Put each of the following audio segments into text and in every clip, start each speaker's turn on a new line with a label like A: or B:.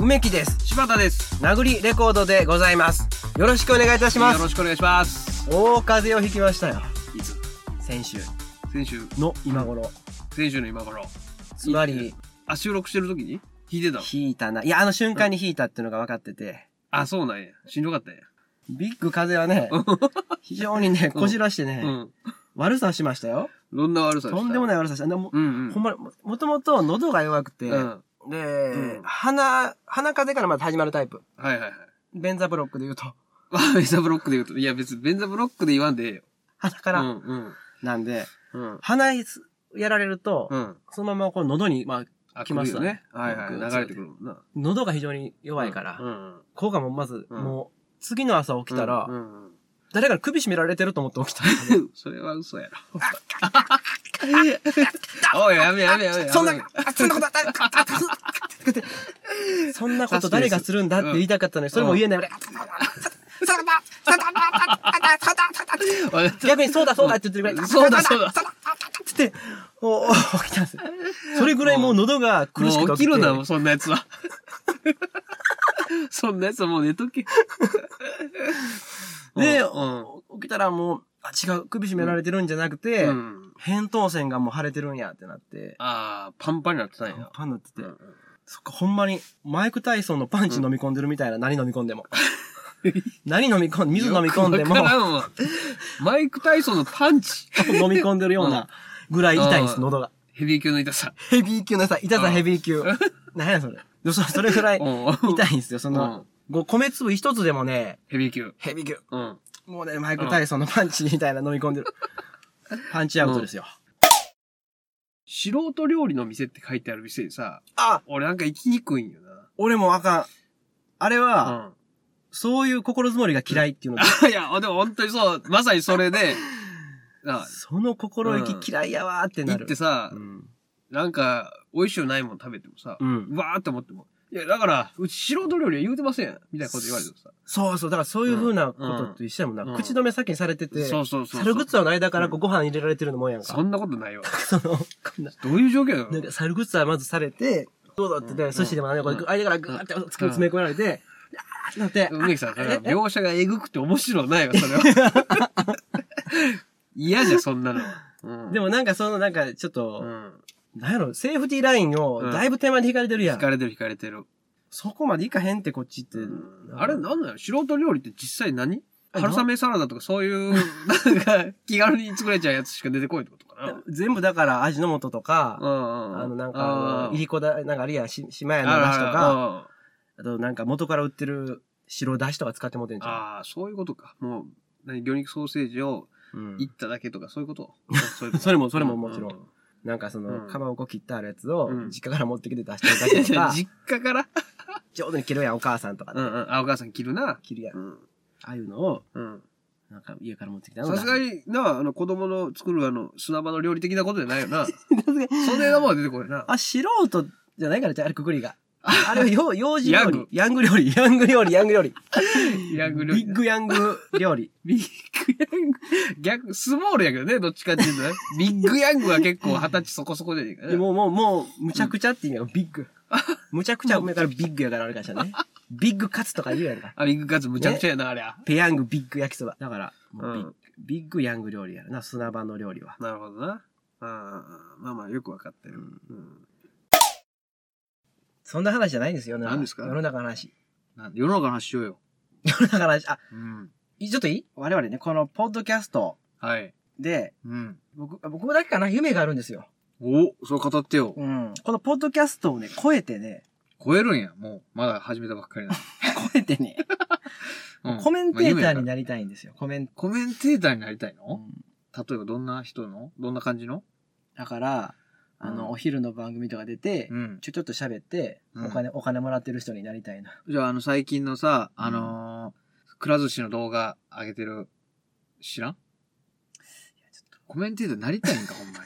A: 梅木です
B: 柴田です。
A: 殴りレコードでございますよろしくお願いいたしま
B: よろ
A: す
B: しくお願いします。
A: 大風邪をひきましたよ
B: いつ
A: 先週
B: 先週、
A: の今頃
B: 先週の今頃。
A: つま
B: いい
A: り
B: あ、収録してる時に弾いてたの
A: 引いたないやあの瞬間に引いたっていうのが分かってて
B: あ、そうなんや。しんどかったんや。
A: ビッグ風邪はね 非常にね
B: うん
A: こじらしてね、
B: うん。
A: 悪さをしましたよ
B: どんな悪さでした
A: とんでもない
B: い。
A: 悪さしたでも
B: うんうん。
A: ほんまにももともと喉が弱くて、
B: うん。
A: で、
B: ん
A: 鼻鼻風邪からまた始まるタイプ
B: はいはいはい。
A: ベンザブロックで言うと
B: わあ、ベンザブロックで言うと。いや、別にベンザブロックで言わんでええよ。
A: 鼻か
B: う
A: ら、
B: んうん。
A: なんで
B: うん。
A: 鼻やられると、
B: うん。
A: そのままこの喉にまあ
B: あ、
A: 来ます
B: 来るよね。
A: うん
B: はいはい。
A: うん
B: 流れてくるもんな。
A: 喉が非常に弱いから、
B: うんうん。
A: 効果もまず、
B: うん
A: もう、次の朝起きたら、
B: うんうんうん。
A: 誰かに首絞められてると思って起きた。
B: それは嘘やろ。おい、やめやめやめやめ。
A: そんな、あそんなことあったあったあったあったあったってそんなこと誰がするんだって言いたかったのに、それも言えない俺。
B: おい
A: 逆にそうだそうだって言ってるぐらい。
B: そうだそうだ。
A: つって、おお起きたんですよ。それぐらいもう喉が苦しく
B: も
A: て
B: う
A: 起
B: 起
A: きて。
B: きるな、もうそんなやつは。 そんなやつはもう寝 とけ。
A: で、
B: うん
A: お起きたらもう、あ、違う、首絞められてるんじゃなくて、
B: うん。
A: 扁桃腺がもう腫れてるんやってなって、
B: ああ、パンパンになってたんや。
A: パンなってて
B: う、ん
A: そっか、ほんまに、マイク・タイソンのパンチ飲み込んでるみたいな、何飲み込ん でも。何飲み込んで、水飲み込んでも
B: よくわ、からんわマイク・タイソンのパンチ。
A: 飲み込んでるようなぐらい痛いんです、
B: うん
A: 喉が。
B: ヘビー級の痛さ。
A: ヘビー級のさ、痛さヘビー級。 何やそれ。でそそれぐらい
B: うん
A: 痛いんですよ、その、ご米粒一つでもね、
B: ヘビー級。
A: ヘビー級。
B: うん。
A: もうね、マイク・タイソンのパンチみたいな飲み込んで る。パンチアウトですよ。
B: 素人料理の店って書いてある店でさ、
A: あ
B: 俺なんか行きにくいんよ
A: 俺もあかん。あれ
B: な。
A: は、
B: うん。
A: そういう心づもりが嫌いっていうので、
B: あいや、でも本当にそう、まさにそ れで、な
A: その心意気嫌いやわーってな
B: 行
A: る
B: って。さ
A: う、ん。
B: なんか、美味しゅうないもん食べてもさ、
A: うん
B: うわーって思っても、いや、だから、うち素人料理は言うてませんみたいなこと言われてもさ、
A: そうそう。だからそういう風なことと一緒やもんな。
B: うんうん
A: 口止め先にされてて、
B: そうそうそう。
A: 猿グッズの間からこうご飯入れられてるのもんやん
B: そ
A: か。
B: んなことないわ。
A: その、こんな。
B: どういう状
A: な
B: 況なんの
A: か猿グッズはまずされて、どうぞって言って、
B: うん
A: 寿司でも何でもこう
B: う
A: ん間からグーって突き詰め込まれて、あーってなって、
B: 梅木さん、それは描写がえぐくて面白ないわ、それは。 嫌じゃ、そんなの。うん、
A: で
B: も、
A: もなんかそのなんかちょっ
B: う
A: と、
B: ん。
A: なんやろ、セーフティーラインをだいぶ手前で引かれてるや
B: 惹
A: ん。
B: かれてる惹かれてる。
A: そこまでいかへんってこっちって。
B: あれなんなの素人料理って実際何
A: あ
B: 春雨サラダとかそう いう、なんか、気軽に作れちゃうやつしか出てこいってことかな。
A: 全部だから味の素とか、
B: あ
A: あのなんか、いりこだ、なんかあるやん、し島屋のだしとか、
B: あ
A: あとなんか元から売ってる白だしとか使ってもうてんじゃん。
B: あー、そういうことか。もう、何、魚肉ソーセージを
A: うん
B: いっただけとか、そうい うこと。そういうこと
A: それもそれももちろん。
B: う
A: なんかその、
B: うん
A: かまぼこ切ってあるやつを
B: う、ん
A: 実家から持ってきて出してるだけと か、
B: 実家から
A: 上手に切るやん、お母さんとか
B: う
A: ね。
B: んうん。あ、お母さん着るな。
A: 切るやん。あ
B: ん。
A: あいうのを、
B: うん。
A: なんか家から持ってきたの
B: さ
A: が。
B: すがにな、あの、子供の作るあの、砂場の料理的なことじゃないよ な。
A: さすがに。
B: それがもう出てこいな。
A: あ、素人じゃないから、じゃあ、あれくくりが。あれは よ幼児
B: ヤ
A: 料
B: ン
A: 理
B: グ。
A: ヤング料理、ヤング料理、ヤング料理。
B: ヤング料
A: ビ
B: 理
A: ッ。グヤング料理。
B: ビッグヤング。逆、スモールやけどね、どっちかっていうとね。ビッグヤングは結構二十歳そこそこじゃねえかね。
A: もう、もう、もう、むちゃくちゃって意味がビッ グ。むちゃくちゃ梅からビッグやからあれかしらね。ビッグカツとか言うやんか。
B: あ、ビッグカツむちゃくちゃやな、ありゃ。
A: ペヤングビッグ焼きそば。だから、もうビッグ
B: うん
A: ビッグヤング料理やな、砂場の料理は。
B: なるほどな。うんうんうんまあまあ、よくわかってる。うん
A: そんな話じゃないんですよ、世の中
B: 何ですか
A: 世の中の話。
B: なんで世の中の話しようよ。
A: 世の中の話。あ、
B: うん。
A: いちょっといい我々ね、このポッドキャスト
B: はい。
A: で、
B: うん。
A: 僕、僕だけかな、夢があるんですよ。
B: おそう語ってよ。
A: うん。このポッドキャストをね、超えてね、
B: 超えるんや、もう。まだ始めたばっか りな
A: 超えてね、
B: のうん。
A: コメンテーター
B: まあ夢や
A: に
B: から
A: なりたいんですよ、コメン、
B: コメンテーターになりたいの、
A: うん
B: 例えばどんな人のどんな感じの
A: だから、あ
B: う
A: の、
B: ん
A: お昼の番組とか出て、
B: ん。
A: ちょ、ちょっと喋って、
B: うん
A: お金、お金もらってる人になりたいな。
B: じゃあ、あの、最近のさ、あのー、くら寿司の動画上げてる、知らんコメンテーターになりたいんか、ほんま に。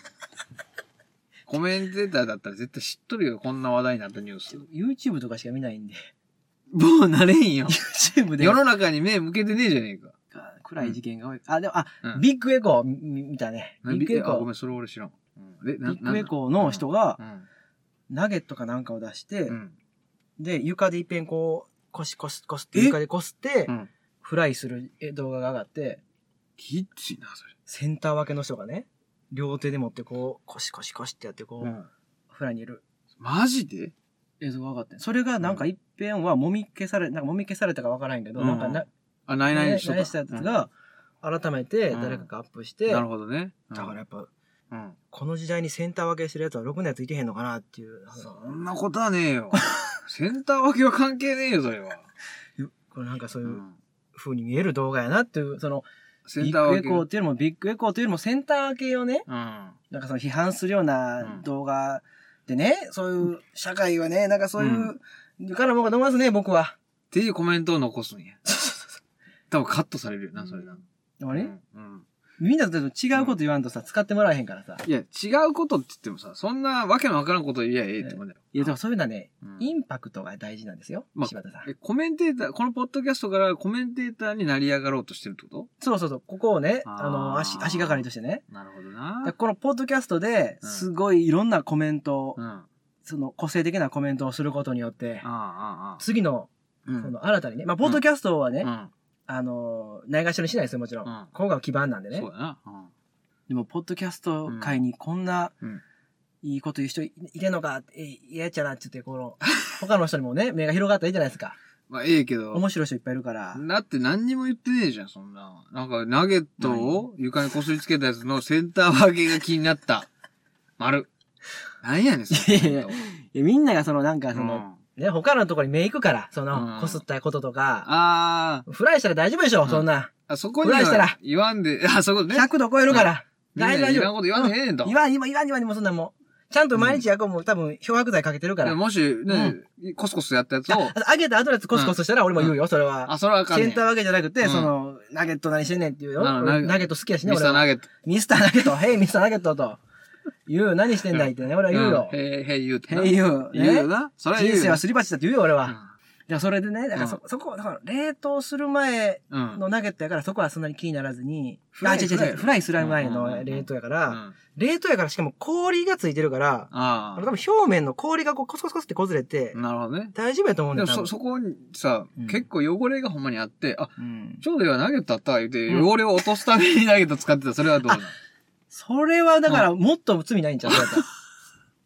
B: コメンテーターだったら絶対知っとるよ、こんな話題になったニュース。
A: YouTube とかしか見ないんで、
B: もうなれんよ。
A: YouTube で
B: 世の中に目向けてねえじゃねえか。
A: 暗い事件が多い。あ、でも、あ、
B: うん
A: ビッグエコーみ見たね。ビッグエコ
B: あごめ
A: ー。
B: ん、それ俺知らん。うん、
A: ビ
B: え
A: ッグエコーの人が
B: う、ん。
A: ナゲットかなんかを出して
B: う、ん。
A: で、床で一遍こう、こしこしこすって、
B: え
A: 床でこすって、
B: うん。
A: フライするえ動画が上がって、
B: きっちいな、それ。
A: センター分けの人がね、両手で持ってこう、こしこしこしってやってこう、
B: ん。
A: フライにいる
B: マジで
A: 映像が上がってんそれがなんか一遍はもみ消され、なんかもみ消されたかわからんけど、
B: うん
A: なんかな、
B: あ、ないない
A: ね
B: しと
A: 何したやつが、改めて誰かがアップして、
B: なるほどね。うん
A: だからやっぱ、
B: うん。
A: この時代にセンター分けしてるやつはろくなやついてへんのかなっていう。
B: そんなことはねえよ。 センター分けは関係ねえよ、それは。
A: これなんかそう
B: う。
A: いうん風に見える動画やなっていう、その、
B: セ
A: ビッ
B: ンター
A: グエ
B: 分け。
A: コーっていうよりも、ビッグエコーっていうよりもセンター分けをね、
B: うん。
A: なんかその批判するような
B: うん
A: 動画でね、そういう社会はね、なんかそういうう、から僕は思いますね、僕は。
B: っていうコメントを残すんや。 多分カットされるよな、それな。
A: あれ、
B: うんうん。
A: みんなと違うこと言わんとさ、使ってもらえへんからさ。
B: いや、違うことって言ってもさ、そんなわけのわからんこと言えばええってもんだよ。
A: いや、でもそういうのはね、
B: うん
A: インパクトが大事なんですよ、
B: まあ
A: 柴田さん。
B: えコメンテーター、このポッドキャストからコメンテーターになり上がろうとしてるってこ
A: そうそうそう、ここをね、
B: あー
A: あの、足、足がかりとしてね。
B: となるほど
A: だ
B: な
A: からこのポッドキャストで、
B: うん
A: すごいいろんなコメントを、
B: うん。あ
A: その個性的なコメントをすることによって
B: あ、、ああ、ああ。
A: 次の、
B: う
A: そ
B: ん。
A: の新たにね、まあ、ポッドキャストはね、
B: うん。
A: あの、ないがしろにしないですよ、もちろん。
B: うん
A: 今回は基盤なんでね
B: そう。だな。うん
A: でも、ポッドキャスト界にこんな
B: うん、
A: いいこと言う人いいてんのか、え、嫌やっちゃなって言って、この、 他の人にもね、目が広がったらいいじゃないですか。
B: まあ、ええけど。
A: 面白い人いっぱいいるから。
B: だって何にも言ってねえじゃん、そんな。なんか、ナゲットを床にこすりつけたやつのセンター分けが気になった。 丸。何やねん、そ
A: いやいやいやいやみんながその、なんか
B: そ
A: そ
B: の。う
A: の、
B: ん
A: ね、他のところに目行くから、そ
B: うん
A: の、こすったこととか、
B: あー
A: フライしたら大丈夫でしょ、
B: うん
A: そんな。
B: あ、そこに
A: フライした
B: は
A: ら
B: 言わんで、あ、そこね。
A: 100度超えるから、
B: みんな
A: 大丈夫
B: いらんこと言わんでええねんと。
A: 言わん、今、言わん、言わん、もうそんなんもう。ちゃんと毎日やこうもう多分、漂白剤かけてるか
B: で
A: ら。
B: もし、ね、コスコスやったやつを
A: あ、あげた後のやつコスコスしたら俺も言うよ、それは。
B: あ、それはあかん
A: セ
B: ねん。
A: ンターわけじゃなく
B: う
A: て、
B: ん
A: その、ナゲット何してんねんって言うよ。
B: なるほど
A: 俺
B: ナゲ
A: ナゲット好きやしね、
B: ミス
A: 俺
B: ターナ
A: は。
B: ゲット。
A: ミスターナゲッ ト、ヘイ、ミスターナゲットと。言う、何してんだいってね、俺は言うよ
B: ん。へいへい言うてな。
A: ヘイ、言う。
B: 言うよ
A: ね
B: な。それは言う
A: 人
B: よ。
A: 生はすり鉢だって言うよ、俺は。じゃあそれでね、だからそ、
B: う
A: そこ、だから冷凍する前
B: うん。うん。
A: のナゲットやからそこはそんなに気にならずに、
B: フライ
A: あ、違う違う違う、
B: フ
A: フ
B: ラ
A: ラ
B: イ
A: イする前
B: うんうんうんう
A: の
B: ん
A: 冷凍やか
B: う
A: ら、
B: ん
A: 冷凍やからしかも氷がついてるから、
B: あ
A: あの多分表面の氷がこうコツコツコツって崩れて
B: あ。、なるほどね。
A: 大丈夫やと思うん
B: で
A: だ
B: も
A: よ、多
B: そ、
A: 分
B: そこにさ
A: う、ん
B: 結構汚れがほんまにあって、あ、
A: うん
B: ちょうど今投げたったわ言うて、
A: うん
B: 汚れを落とすために投げた使ってた、それは どうなの
A: それはだからもっと罪ないんちゃうそうやったら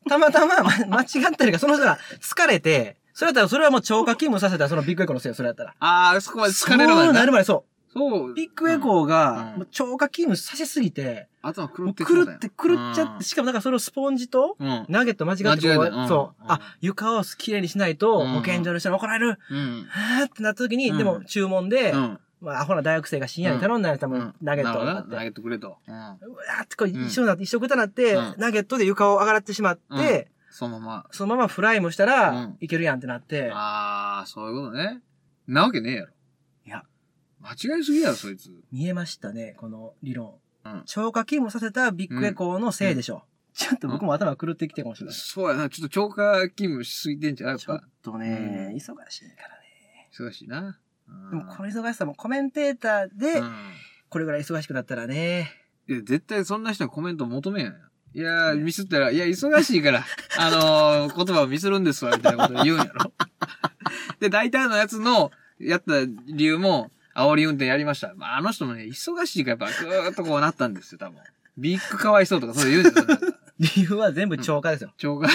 A: たまた まま間違ったりか、その人が疲れて、それやったらそれはもう超過勤務させたらそのビッグエコーのせいよ、それやったら。
B: ああ、そこまで疲れる
A: そう
B: わ
A: な
B: な。
A: るまでそ
B: そう。
A: う。ビッグエ
B: ー。
A: コーが
B: うん
A: もう超過勤務させすぎて、
B: 頭狂
A: もう
B: って
A: 狂
B: だよ
A: って狂っちゃって、しかもなんかそれをスポンジと、
B: うん。
A: ナゲット間違って
B: 間
A: こ
B: 違えたうん
A: う、そうう。
B: ん
A: あ、床をきれいにしないと、
B: うん
A: 保健所の人に怒られる。
B: うん。
A: はーってなった時に、
B: うん
A: でも注文で
B: う、ん。
A: まあ、アホな大学生が深夜に頼んだら多
B: うん
A: 分、ナゲッ
B: な
A: ト
B: る
A: を買
B: ほどな
A: っ
B: 投
A: て。
B: げてくれと。うん。
A: うわーってこう
B: うん
A: 一緒になって、一緒くたなって
B: うん、
A: ナゲットで床を上がってしまっ
B: うん
A: て、
B: そのま
A: そのままフライもした
B: う
A: ら
B: ん、
A: いけるやんってなって
B: ま。、ああ、そういうことね。なわけねえやろ。
A: いや。
B: 間違いすぎやろ、そいつ。
A: 見えましたね、この理論
B: うん。
A: 超過勤務させたビッグエコーのせいでしょ。ちょっと僕も頭狂ってきてるかもしれない。
B: そうやな。ちょっと超過勤務しすぎてんじゃん。やっ
A: ちょっ
B: ぱ、
A: とね、忙しいからね。
B: 忙しいな。
A: でもこの
B: れ
A: 忙しさもコメンテーターで
B: う、ん。
A: これぐらい忙しくなったらね。
B: いや、絶対そんな人にコメント求めんやん。いやー、ミスったら、いや、忙しいから、あのー言葉をミスるんですわ、みたいなこと言うんやろ。で、大体のやつの、やった理由も、煽り運転やりました。まあ、あの人もね、忙しいから、やっぱ、ぐーっとこうなったんですよ、多分。ビッグかわいそうとか、そう言うんですよ。
A: 理由は全部超過ですよ。
B: 超過。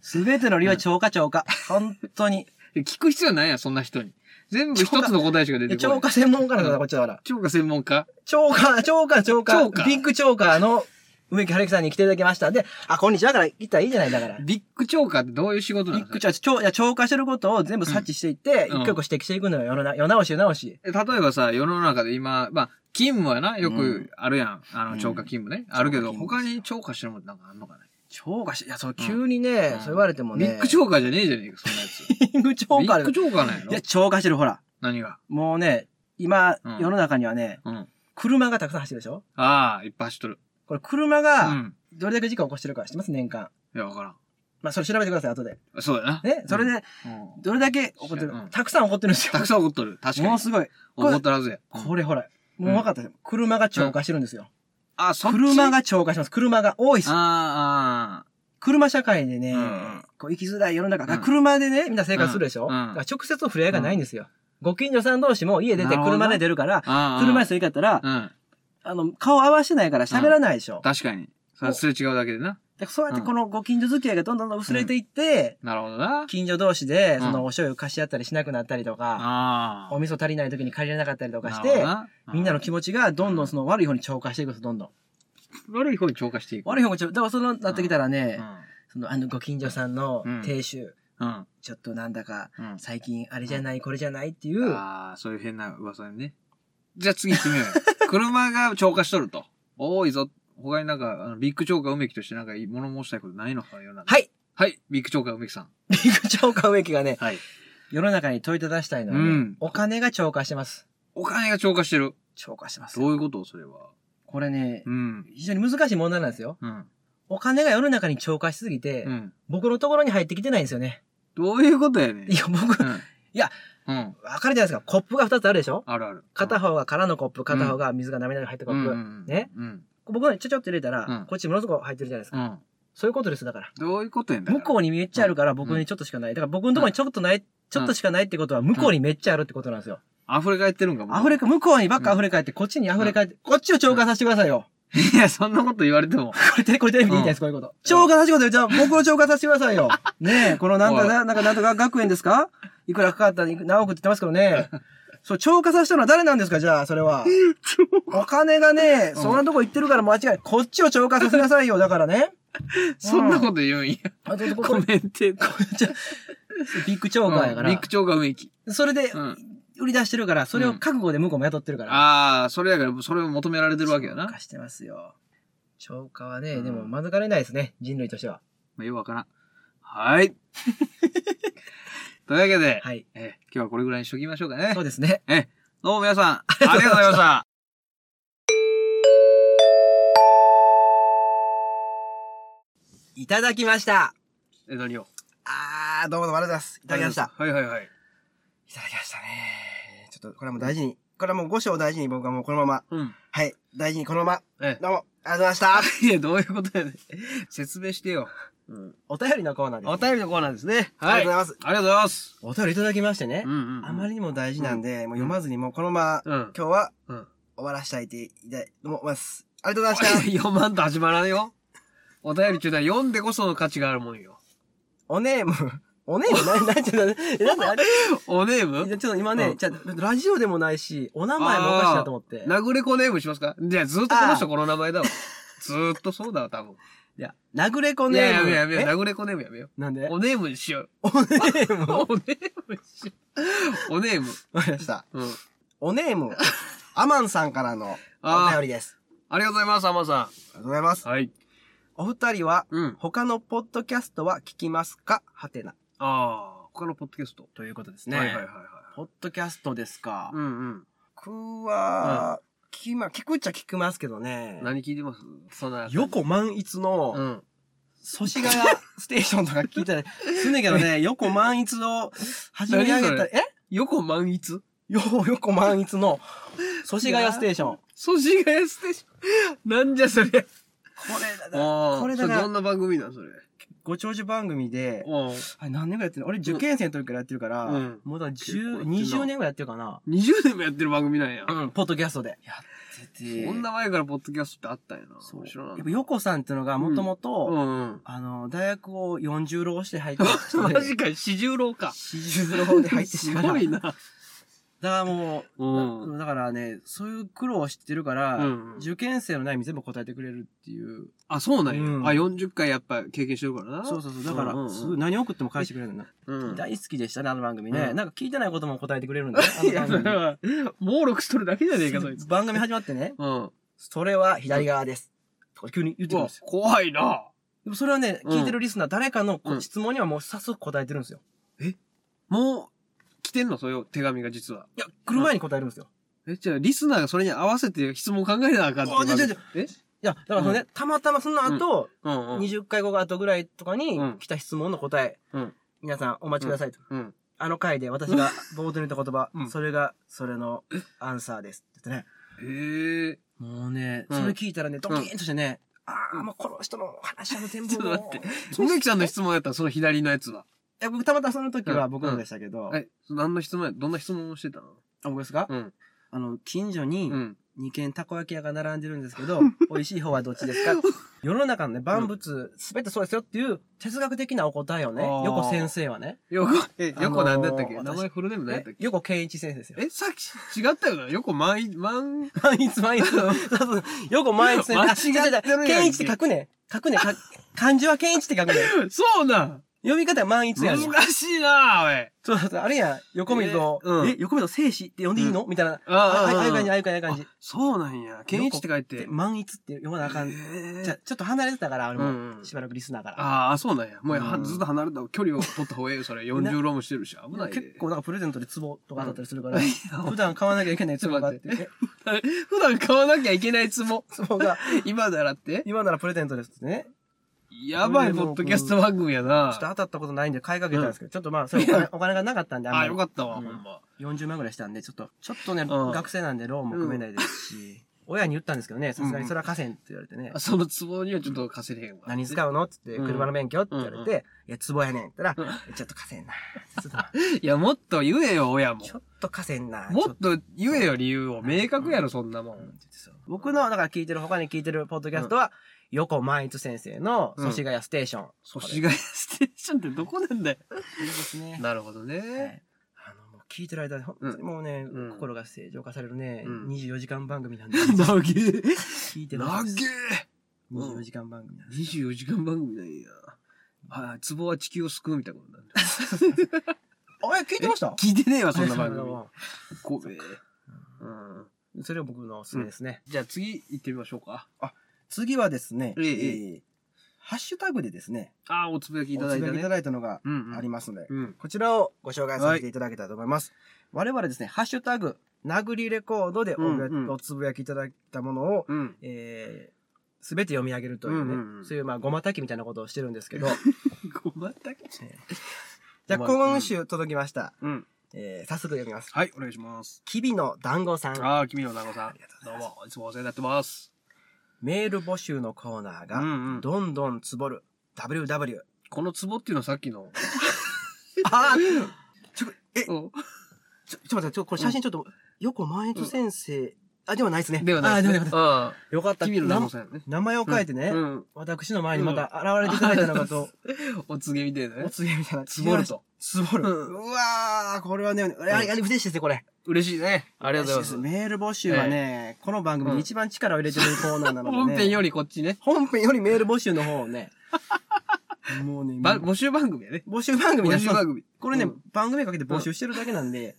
A: すべての理由は超過超過。本当に。
B: 聞く必要ないやん、そんな人に。 全部一つの答えしか出てこない。
A: 超過専門家なんだから、こっちだから。
B: 超過専門家
A: 超過、超過、超過。
B: 超過
A: ビッグ超過の梅木春樹さんに来ていただきました。で、あ、こんにちはだから行ったらいいじゃないだから。ビ
B: ビッグ超過ってどういう仕事なの
A: ッグ超過、超いや超過してることを全部察知していって、一
B: うん
A: 個一個指摘していくのよ。世の中世直し、世直し。
B: え例えばさ、世の中で今、まあ、勤務やな、よ
A: う
B: く
A: ん
B: あるやん。あの、
A: うん
B: 超過勤務ね。あるけど、
A: 超過勤務
B: 他に超過してるもんってなんかあんのかね。
A: 超過し、いや、そう、急にね、
B: うん
A: そう言われてもね。
B: ビッグ超過じゃねえじゃねえか、そんなや つ。
A: ビッグ超
B: ビ
A: 過あ
B: ッ
A: る
B: グ超過なんや
A: い
B: ろ
A: や、超過してる、ほら。
B: 何が。
A: もうね、今、
B: うん
A: 世の中にはね、
B: うん。
A: 車がたくさん走るでしょ
B: ああ、いっぱい走っとる。
A: これ車
B: う
A: が、
B: ん。
A: どれだけ事故を起こしてるか知ってます年間。
B: いや、わからん
A: まあ、それ調べてください、後で。。
B: あそうやな。
A: ね、それ
B: うん、
A: で、
B: うん
A: どれだけ起こってる
B: うん
A: たくさん起こってるんです
B: た
A: よ
B: く。さん怒っとる。確か
A: もう
B: に。
A: すごい。
B: 怒っとるはずや。
A: これほら、もう分かったですよ。車が超過してるんですよ。
B: あ、そっち
A: 車。が超過してます。車が多いです。
B: ああ、
A: 車社会でね、
B: うん
A: こう生きづらい世の中、だから
B: うん
A: 車でね、みんな生活するでしょ、
B: うんうん
A: だから直接の触れ合いがないんですよ。ご近所さん同士も家出
B: な
A: て
B: るほどな
A: 車で出るから、
B: ああ
A: 車椅子以下やったら、
B: うん。
A: あの、顔合わせないから喋らないでしょ、だか
B: 確かに。それはすれ違うだけでな。
A: らそうやってこのご近所付き合いがどんどんどん薄れていって、
B: なるほどな。
A: 近所同士で、
B: ん
A: そのお醤油貸し合ったりしなくなったりとか、
B: あ
A: お
B: あ。
A: 味噌足りない時に借りれなかったりとかし
B: るほ
A: て
B: ど、な
A: みんなの気持ちがどんどんその悪い方に超過していくんです、どんどん。
B: 悪い方に超過していく。
A: 悪い方に超過、だからそのなってきたらね、
B: う
A: そのあのご近所さんの
B: うん
A: 亭主、
B: ん。うん。
A: ちょっとなんだか、
B: うん。
A: 最近あれじゃない、これじゃないっていう、
B: ああ、そういう変な噂だね。じゃあ次行ってみ ようよ。車が超過しとると。多いぞ。他になんか、あのビッグ超過梅木としてなんか物申したいことないのかよな。
A: はい
B: はい、ビッグ超過梅木さん。
A: ビッグ超過植木がね、
B: はい。
A: 世の中に問いただしたいのはね、
B: うん
A: お金が超過してます。
B: お金が超過してる。
A: 超過してます。
B: どういうことそれは。
A: これね、
B: うん。
A: 非常に難しい問題なんですよ。
B: うん。
A: お金が世の中に超過しすぎて、
B: うん。
A: 僕のところに入ってきてないんですよね。
B: どういうことやねん
A: いや、僕、
B: う
A: わ
B: ん。
A: いや。
B: うん。
A: かるじゃないですか。コップが2つあるでしょ
B: あるある。
A: 片方が空のコップ、片方が水が涙が入ったコ
B: う
A: ッ
B: ん
A: プ。
B: うん。
A: ね
B: うん。
A: 僕がちょちょって入れたら、
B: うん
A: こっちものすごく入ってるじゃないですか。
B: うん。
A: そういうことです、だから。
B: どういうことやねんだか
A: 向
B: ら。
A: こうにめっちゃあるから僕にちょっとしかない。だから僕のところにちょっとない、ちょっとしかないってことは向こうにめっちゃあるってことなんですよ。
B: 溢れ返ってるんか、もう
A: 溢れか、向こうにばっか溢れ返って、こっちに溢れ返って、こっちを超過させてくださいよ。
B: いや、そんなこと言われて
A: こ
B: も。
A: れテレこれテレビでいいんです、こういうこと。超過させてくださいよ。じゃあ僕を超過させてください よ。ねえ、このなん
B: お
A: か、
B: い
A: ななんか、なんとか学園ですかいくらかかった、いく何億って言ってますけどね。そう、超過させたのは誰なんですか、じゃあ、それ は。お金がね、
B: うん
A: そんなとこ行ってるから間違いない。こっちを超過させなさいよ、だからね。
B: そんなこと言うんや。
A: あと、こ
B: コメ
A: れ
B: ン、テータ ー。
A: じゃあビッグ超過やから。
B: うんビッグ超過梅木。
A: それで、
B: うん
A: 売り出してるから、それを覚悟で向こうも雇ってるから。
B: ああ、それやから、それを求められてるわけやな。
A: 超
B: ま
A: 過してますよ。超過はね、
B: うん
A: でも免れないですね、人類としては。
B: あ、よくわからん。はい。 というわけで、
A: はい。
B: え今日はこれぐらいにしときましょうかね
A: そ。うですね。
B: どうも 皆さん、ありがとうございました。
A: いただきました。
B: え、何を
A: あー、どうもどうもありがとうございます。い
B: い
A: ただきました。。
B: はいはいはい。
A: いただきましたね。ちょっと、これはもう大事に。これはもう五章を大事に僕はもうこのまま。
B: うん。
A: はい。大事にこのまま。
B: え
A: どうも、ありがとうございまし
B: いや、どういうことやねん。説明してよ。
A: た。 お便りのコーナーです。
B: お便りのコーナーですね。
A: あ
B: は
A: り
B: い。
A: がとうござい
B: あ
A: ます。
B: りがとうございます。
A: お便りいただきましてね。
B: んうん
A: あまり
B: に。
A: にも大事なんで、もう読まずにもうこのまま、
B: うん。
A: 今日は
B: うん。
A: 終わらしたいといたいと思います。ありがとうございま した。
B: 読まんと始まらんよ。お便りっていうのは読んでこその価値があるもんよ。
A: おねえむ。おねえむ何何ちょっと待って、えなんかあれ
B: おネー
A: い
B: ム
A: やちょっと今ね、
B: うん
A: じゃラジオでもないし、お名前もおかしいなと思って。
B: 殴れこネームしますかじゃあずっとこの人この名前だわ。ずーっとそうだわ、 多分。
A: いや、なぐれこ
B: い
A: ね
B: や、
A: え
B: や
A: む。
B: めようやめよう。
A: え
B: 殴れこネームやめよ
A: なん
B: う。
A: で
B: おネームにしよう。
A: おねえむ。わ
B: おネームにしよう。おネーム。
A: かりました。
B: うん。
A: おねえむ。アマンさんからのお
B: あ
A: 便
B: あ、
A: りです。
B: ありがとうございます、アマさ
A: ありがとうございます。
B: ん。はい。
A: お二人は、
B: うん。
A: 他のポッドキャストは聞きますかはてな。
B: ああ、他のポッドキャスト。
A: ということです
B: はいはいはいはい。
A: ポッドキャストですか。
B: うんうん。
A: 僕は、聞きま、聞くっちゃ聞きますけどね。
B: 何聞いてますそんな。
A: 横満逸の、
B: うん。
A: 祖師ヶ谷ステーションとか聞いたりすんねんけど ね、横満逸を始め上げたり、え
B: 横満逸
A: よ、横満逸の祖師ヶ谷ステーション。こ
B: 祖師ヶ谷ステーション。 なんじゃそれ。
A: れだな、
B: ああ、
A: こ
B: そ
A: れ
B: れ
A: だから
B: どんな番組なんそれ。
A: ご長寿番組で、
B: おう
A: あれ何年ぐらいやってるの俺受験生の時からやってるから、
B: うん
A: もうだから
B: 結構やっ
A: 10、
B: てんな
A: 20年ぐらいやってるかな。
B: 20年もやってる番組なんや。
A: うん、ポッドキャストで。やってて
B: そんな前からポッドキャストってあったんやな。
A: そう
B: 面白いな
A: やっぱ横さんっていうのがもとも
B: う
A: と、
B: んうん。
A: あの、大学を40浪して入って
B: マジか、四十郎か。
A: 40浪で入ってし
B: す
A: まった。
B: ご
A: だ
B: い
A: か
B: な。
A: らもう、
B: うん。
A: だからね、そういう苦労を知ってるから、
B: うん
A: 受験生の悩み全部答えてくれるっていう。
B: あ、そうなんや。
A: うん
B: あ、40回やっぱ経験してるからな。
A: そうそうそう。だから、
B: うんうんうん
A: すごい何送っても返してくれるんだ、
B: うん。
A: 大好きでしたね、あの番組ね。
B: うん
A: なんか聞いてないことも答えてくれるんだね。あ
B: い
A: の
B: や、
A: 番
B: それ
A: 組
B: は、猛録しとるだけじゃねえか、そいつ。
A: 番組始まってね、
B: うん。
A: それは左側です。とか急に言ってくる
B: う
A: ん
B: わ
A: ですよ。
B: 怖いな。
A: でもそれはね、
B: うん
A: 聞いてるリスナー、誰かのこ
B: うん
A: 質問にはもう早速答えてるんですよ。
B: もう、来てんのそういう手紙が実は。
A: いや、来る前に答えるんですよ。
B: え、じゃあ、リスナーがそれに合わせて質問考えなあかんって
A: あちょちょちょ
B: え
A: いや、だからそのね、たまたまその後、
B: うんうん。
A: 20回後が後ぐらいとかに
B: うん
A: 来た質問の答え、
B: うん
A: 皆さんお待ちくださいと。
B: うん。
A: あの回で私が冒頭に言った言葉、
B: うん
A: それがそれのアンサーですって言ってね。
B: へえ。
A: もうね、
B: うん
A: それ聞いたらね、ドキーンとしてね、ああ、もうこの人の話はもう全部
B: ちょっと
A: もう。
B: 待って梅木さんの質問やったらその左のやつは。
A: いや、僕たまたまその時は僕のでしたけど、
B: え、何の質問や、どんな質問をしてたの
A: あ、僕ですか、
B: うん。
A: あの、近所に
B: うん。
A: 2軒たこ焼き屋が並んでるんですけ ど、美味しい方はどっちですか世の中のね、万物、すべてそうですよっていう哲学的なお答えをね、
B: あー
A: 横先生はね、
B: 横、え、
A: あのー
B: 横なんだったっけ
A: 私
B: 名前フルネーム何やったっけ
A: 横健一先生ですよ。
B: え、さっき違ったよな横満員、満、
A: 万一万一。そうそう横万一先生。あ
B: 間違ってるやんけ
A: 違う違う健一って書くねん。書くねん。か漢字は健一って書くねん。
B: そうなん
A: 呼び方は万一やねん。
B: 難しいなおい。
A: そうそうそう。あれやん、横溝の、
B: えうん
A: え、横溝生死って呼んでいいの、みたいな。
B: あ
A: あ
B: あ
A: あああいう感じ、あ
B: あ
A: あいう感じ、ああいう感じ
B: あ。そうなんや。健一って書
A: で
B: いて。
A: 万一って読まなあかん。
B: へえ
A: じゃあちょっと離れてたから、俺
B: うんう
A: も、
B: ん
A: しばらくリスナーから。
B: ああ、そうなんや。もうや
A: うん
B: ずっと離れた距離を取った方がいいよ、それ。40ロームしてるし。危ないで。
A: 結構なんかプレゼントで壺とかだったりするから、
B: うん
A: 普段買わなきゃいけない壺があって、
B: ちょっと普段買わなきゃいけないツボ。
A: 壺が、
B: 今ならって。
A: 今ならプレゼントですってね。
B: やばい、ポッドキャスト番組やな
A: ちょっと当たったことないんで買いかけたんですけど、ちょっとまあ、それお金お金がなかったんで、あんま
B: あ、
A: り
B: よかったわ、
A: う
B: ほ
A: ん
B: んま。
A: 40万ぐらいしたんで、ちょっと、ちょっとね、
B: ん
A: 学生なんでローンも組めないですし、親に言ったんですけどね、さすがにそれは河川って言われてね
B: あ、そのツボにはちょっと稼れへんわ。
A: 何使うのって言って、
B: うん
A: 車の免許って言われて、いや、壺やねんって言ったら、ちょっと河川な。 ちょっと
B: いや、もっと言えよ、親も
A: ち。ょっと河川な。
B: もっ
A: ちょ
B: と言えよ、理由を。明確やろ、そんな
A: う
B: も
A: ん
B: ん。
A: って言ってそう僕の、だから聞いてる、他に聞いてるポッドキャストは、横万一先生の、
B: うん
A: 祖師ヶ谷ステーション。
B: 祖師ヶ谷ステーションってどこなんだよ。
A: いいですね。
B: なるほど
A: は
B: ね。
A: いあの、もう聞いてる間に、本当にもうね、
B: うん
A: 心が正常化されるね、
B: うん
A: 24時間番組なんで、
B: なげえ。
A: 聞いてま
B: な
A: す
B: げ。
A: 24時間番組なん
B: え。
A: で。
B: 24時間番組なんや。はい、ツボは地球を救うみたいなことなんだ。
A: あ れ、聞いてました
B: 聞いてねえわ、そんな番組。
A: 組。
B: 神戸。うん。
A: それは僕のおすすめですね。
B: じゃあ次行ってみましょうか。
A: 次はですね、
B: ええ
A: ーハッシュタグでですね、
B: ああ、おつぶやきいただいた
A: おつぶやきいた
B: ね。
A: だいたのが
B: うん、うん。
A: ありますので、
B: うん。
A: こちらをご紹介させていただけたらと思います。我々ですね、ハッシュタグ、殴りレコードでお,、
B: うんうん
A: おつぶやきいただいたものを、
B: うん。
A: えー、すべて読み上げるというね、
B: うんうんうん
A: そういう、まあ、ごまたきみたいなことをしてるんですけど、
B: ごまたけ。
A: じゃあ、
B: ごま
A: 今週届きました。
B: うん。
A: えー、早速読みます。
B: はい、お願いします。
A: きびの団子さん。
B: ああ、君の団子さん
A: りがと。うござ
B: どう
A: います
B: も、いつもお世話になってます。
A: メール募集のコーナー
B: うん
A: が、
B: うん。
A: どんどんつぼる。WW。
B: このツボっていうのはさっきの。
A: あーちょ、え、ちょ、ちょ
B: お
A: っと待って、ちょ、これ写真ちょっと、横前津先生、あ、ではないですね。
B: ではない
A: あー、
B: で
A: ですは
B: ね。
A: なかったよ
B: うん。
A: かった。
B: 君の団子
A: 名
B: さんやね。
A: 名前を変えてね、
B: うん。
A: 私の前にまた現れていただいたのか と、
B: お告げみたいな
A: お
B: ね。
A: 告げみたいな。
B: ツボる。と。
A: つぼる。
B: うん
A: うわー、これはね、ややり不定詞ですね、これ。
B: 嬉しいね。ありがとうございます。
A: メール募集はね、この番組で一番力を入れてるコーナーなので、ね。
B: 本編よ
A: り。
B: りこっちね。
A: 本編よりメール募集の方を ね。もうね、
B: ば募集番組やね。
A: 募集番組
B: 募
A: だ
B: 集
A: そう
B: 番組。
A: これね、
B: うん
A: 番組かけて募集してるだけなんで、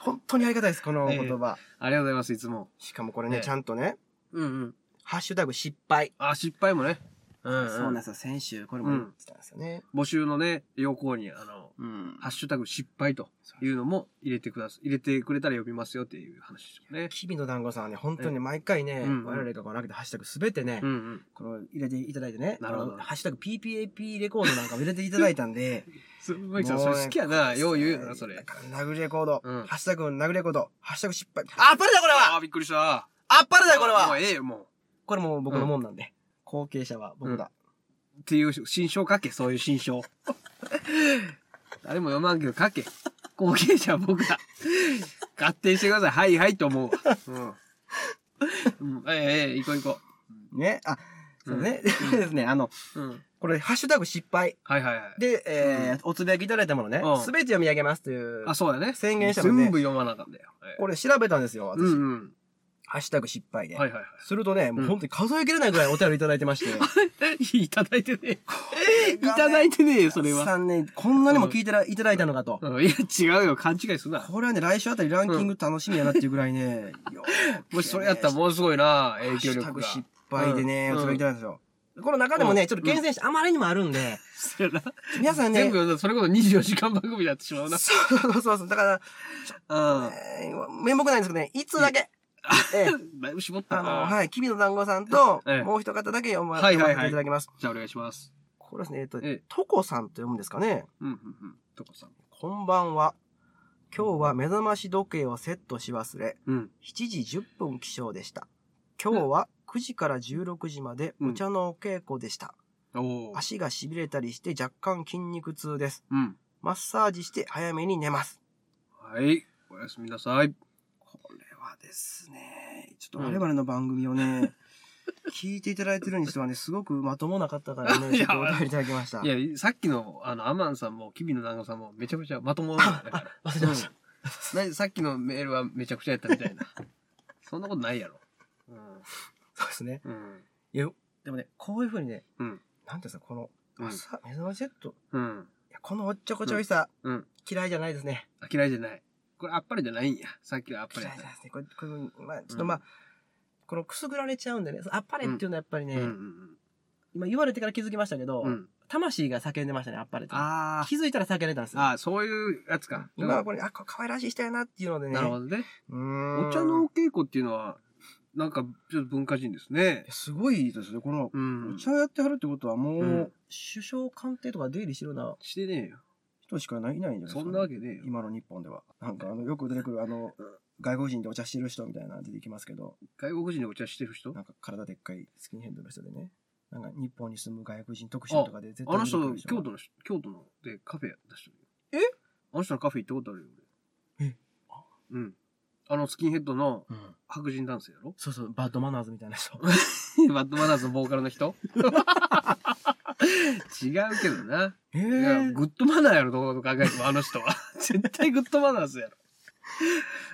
A: 本当にありがたいです、この言葉。
B: ありがとうございます、いつも。
A: しかもこれね、
B: ええ
A: ちゃんとね、
B: うんうん。
A: ハッシュタグ失敗。
B: あ、失敗もね。うんうん。
A: そうなんですよ、先週、これも言ってたんですよね。
B: 募集のね、要項に、あの、
A: うん
B: ハッシュタグ失敗というのも入れてください。入れてくれたら呼びますよっていう話ですよね。
A: 日々の団子さんはね、本当に毎回ね、
B: うん
A: 我々がこの上げたハッシュタグすべてね、
B: うんうん。
A: この入れていただいてね、
B: なるほど
A: あのハッシュタグ PPAP レコードなんかも入れていただいたん で、
B: すごいさん、
A: もう
B: そ
A: ね
B: れ好きやな。よう言うよな、そ
A: だ
B: れ。
A: から殴りレコード、
B: うん
A: ハッシュタグ殴りレコード、ハッシュタグ失敗。あっぱれだこれ
B: あ
A: は
B: あ、びっくりした。
A: あっぱれだこれ
B: もう
A: は
B: ええよ、も
A: これもう僕のもんなんで、後継者は僕だ。
B: う。っていう、新章書け、 そういう新章。誰も読まんけど書け。後継者は僕だ。勝手にしてください。はいはいと思うわ。うん。うん、ええええ、行こう行こ
A: ね、あ、そうね、 でですね、あの、
B: う。うん。
A: これハッシュタグ失敗
B: はいはいはい。
A: で、えーおつぶやきいただいたものね
B: うん、
A: すべて読み上げますという、
B: あ、そうだね。
A: 宣言したもんね
B: 全部読まなあかんだよ。ええ
A: これ調べたんですよ、私。
B: うん
A: ハッシュタグ失敗
B: う
A: で。
B: ん。はいはいはい。
A: するとね、もううん本当に数えきれないぐらいお便りいただいてまして。
B: いただいてねえ。 い
A: がね
B: ただいてねえよ、それは。
A: さんね、こんなにも聞いてらいただいたのかと。
B: うんいや、違うよ、勘違いすんな。
A: これはね、来週あたりランキング楽しみやなっていうぐらいね。
B: もしそれやったら
A: ん、
B: ものすごいな、
A: ハ
B: 影
A: ッシ
B: 響
A: ュタ
B: 力
A: グ
B: が。
A: 失敗でね、
B: う
A: お
B: ん
A: つぶやきいただいたんですよ。この中でも
B: う
A: ね、
B: ん
A: ちょっと厳選して、あまりにもあるんで、
B: そうやな
A: 皆さんね、
B: 全部読んだらそれこそ24時間番組になってしまう な。
A: そうそうそうそう、だから、
B: う
A: えー面目ないんですけどね、いつだけ、ええ
B: ん。 だいぶ絞った
A: あの、
B: な。
A: はい、君の団子さんと
B: ええ、
A: もう一方だけ読ま
B: はい
A: 読
B: はいはい
A: ませていただきます。
B: じゃあお願いします。
A: これですね、えっと、
B: ええ
A: トコさんと読むんですかね。
B: うんうんうん。とこさん。
A: こんばんは。今日は目覚まし時計をセットし忘れ、
B: うん。
A: 7時10分起床でした。今日は9時から16時まで
B: うん
A: お茶のお稽古でした。
B: おー。
A: 足が痺れたりして若干筋肉痛です。
B: うん。
A: マッサージして早めに寝ます。
B: はい。おやすみなさい。
A: これはですね、ちょっと我々の番組を ね、聞いていただいてるにしてはね、すごくまともなかったからね、ち
B: い
A: ょ
B: や
A: っとお便り いただきました。
B: いや、さっきの、あの、アマンさんも、キビの長さんも、めちゃくちゃまともだったから。
C: 忘れてました。
B: なさっきのメールはめちゃくちゃやったみたいな。 そんなことないやろ。うん。
A: そうですね。
B: うん。
C: いや、
A: でもね、こういうふうにね、
B: うん。
A: なんていうんですか、この、
B: うん
A: 朝、目覚ましセット、い
B: うん。
A: やこのおっちょこちょいさ、
B: うん。
A: 嫌いじゃないですね。
B: あ嫌いじゃない。これあっぱれじゃないんや。さっきはあっぱ
A: 嫌
B: れ
A: い
B: やっ
A: じゃない
B: た。
A: ですね。これ、これまあ、ちょっとまあ、
B: うん
A: このくすぐられちゃうんでね、そのあっぱれっていうのはやっぱりね、
B: うんうん
A: 今言われてから気づきましたけど、
B: うん。うん。
A: 魂が叫んでましたね、あっぱれって。
B: あー
A: 気づいたら叫んでたんですよ。
B: あー、そういうやつか。
A: 今はこれ、あ、これ可愛らしい人やなっていうのでね。
B: なるほどね。
A: うーん
B: お茶のお稽古っていうのは、なんか、ちょっと文化人ですね。
A: すごいですね、この、
B: うん。
A: お茶やってはるってことはもう、
B: うん
A: 首相官邸とか出入りしてるような
B: してねえよ。
A: 人しかいないんじゃないですか、
B: そんなわけねえよ。
A: 今の日本では。なんかあの、よく出てくるあの、外国人でお茶してる人みたいなの出てきますけど、
B: 外国人でお茶してる人
A: なんか体でっかいスキンヘッドの人でね。なんか日本に住む外国人特集とかで絶対
B: あの
A: 出てくる
B: 人、京
A: 都。
B: 都の人、京都のでカフェ出して
A: え
B: るよ。あの人のカフェ行ったことあるよ、俺。
A: え
B: うん。あのスキンヘッドの
A: うん。
B: 白人男 性やろ
A: そうそう、バッドマナーズ みたいな人。
B: バッドマナーズのボーカル の人違うけどな。
A: え
B: いや、
A: ー、
B: グッドマナーやろ、どう考えても、あの人は。絶対グッドマナーズやろ。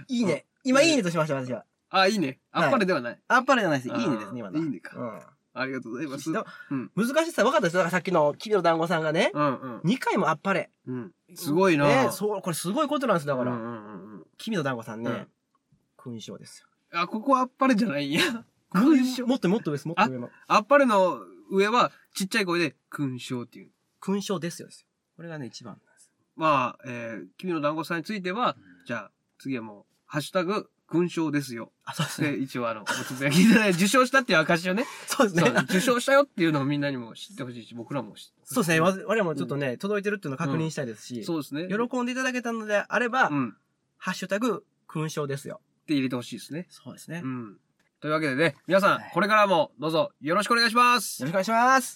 A: いいね。今いいねとしました、私は。
B: あ、いいね。
A: はい
B: あっぱれではない。
A: あっぱれじゃないです。い
B: あー
A: いねですね、今の。
B: いいねか
A: うん。
B: ありがとうございます。
A: でも
B: うん
A: 難しさ分かったですよ。だからさっきの君の団子さんがね、
B: うんうん。
A: 2回もあっぱれ。
B: うん。すごいな
A: ねそう、これすごいことなんです。だか
B: うん
A: ら、
B: うんうんうん。
A: 君の団子さんね
B: うん、
A: 勲章ですよ。
B: あ、ここはあっぱれじゃないんや。 勲章。
A: もっともっと上です、もっと上の。
B: あっぱれの上は、ちっちゃい声で、勲章っていう。
A: 勲章ですよですよ。これがね、一番なんです。
B: まあ、えー、君の団子さんについては、じゃあ、次はもう、ハッシュタグ、勲章ですよ。
A: あ、そうですね。
B: で、一応あの、おつぶやきいただいて、 受賞したっていう証をね、
A: そうです
B: そう
A: ね。
B: 受賞したよっていうのをみんなにも知ってほしいし、僕らも知ってほしい
A: そうですね。わ我々もちょっとね、届いてるっていうのを確認したいですし、
B: そうですね。
A: 喜んでいただけたのであれば
B: う、ん。っ
A: ハッシュタグ、勲章ですよ。
B: て入れてほしいですね。
A: そうですね。
B: う
A: よ
B: ん。というわけでね、皆さん、これからも、どうぞ、よろしくお願いします
A: ろしくお願いします。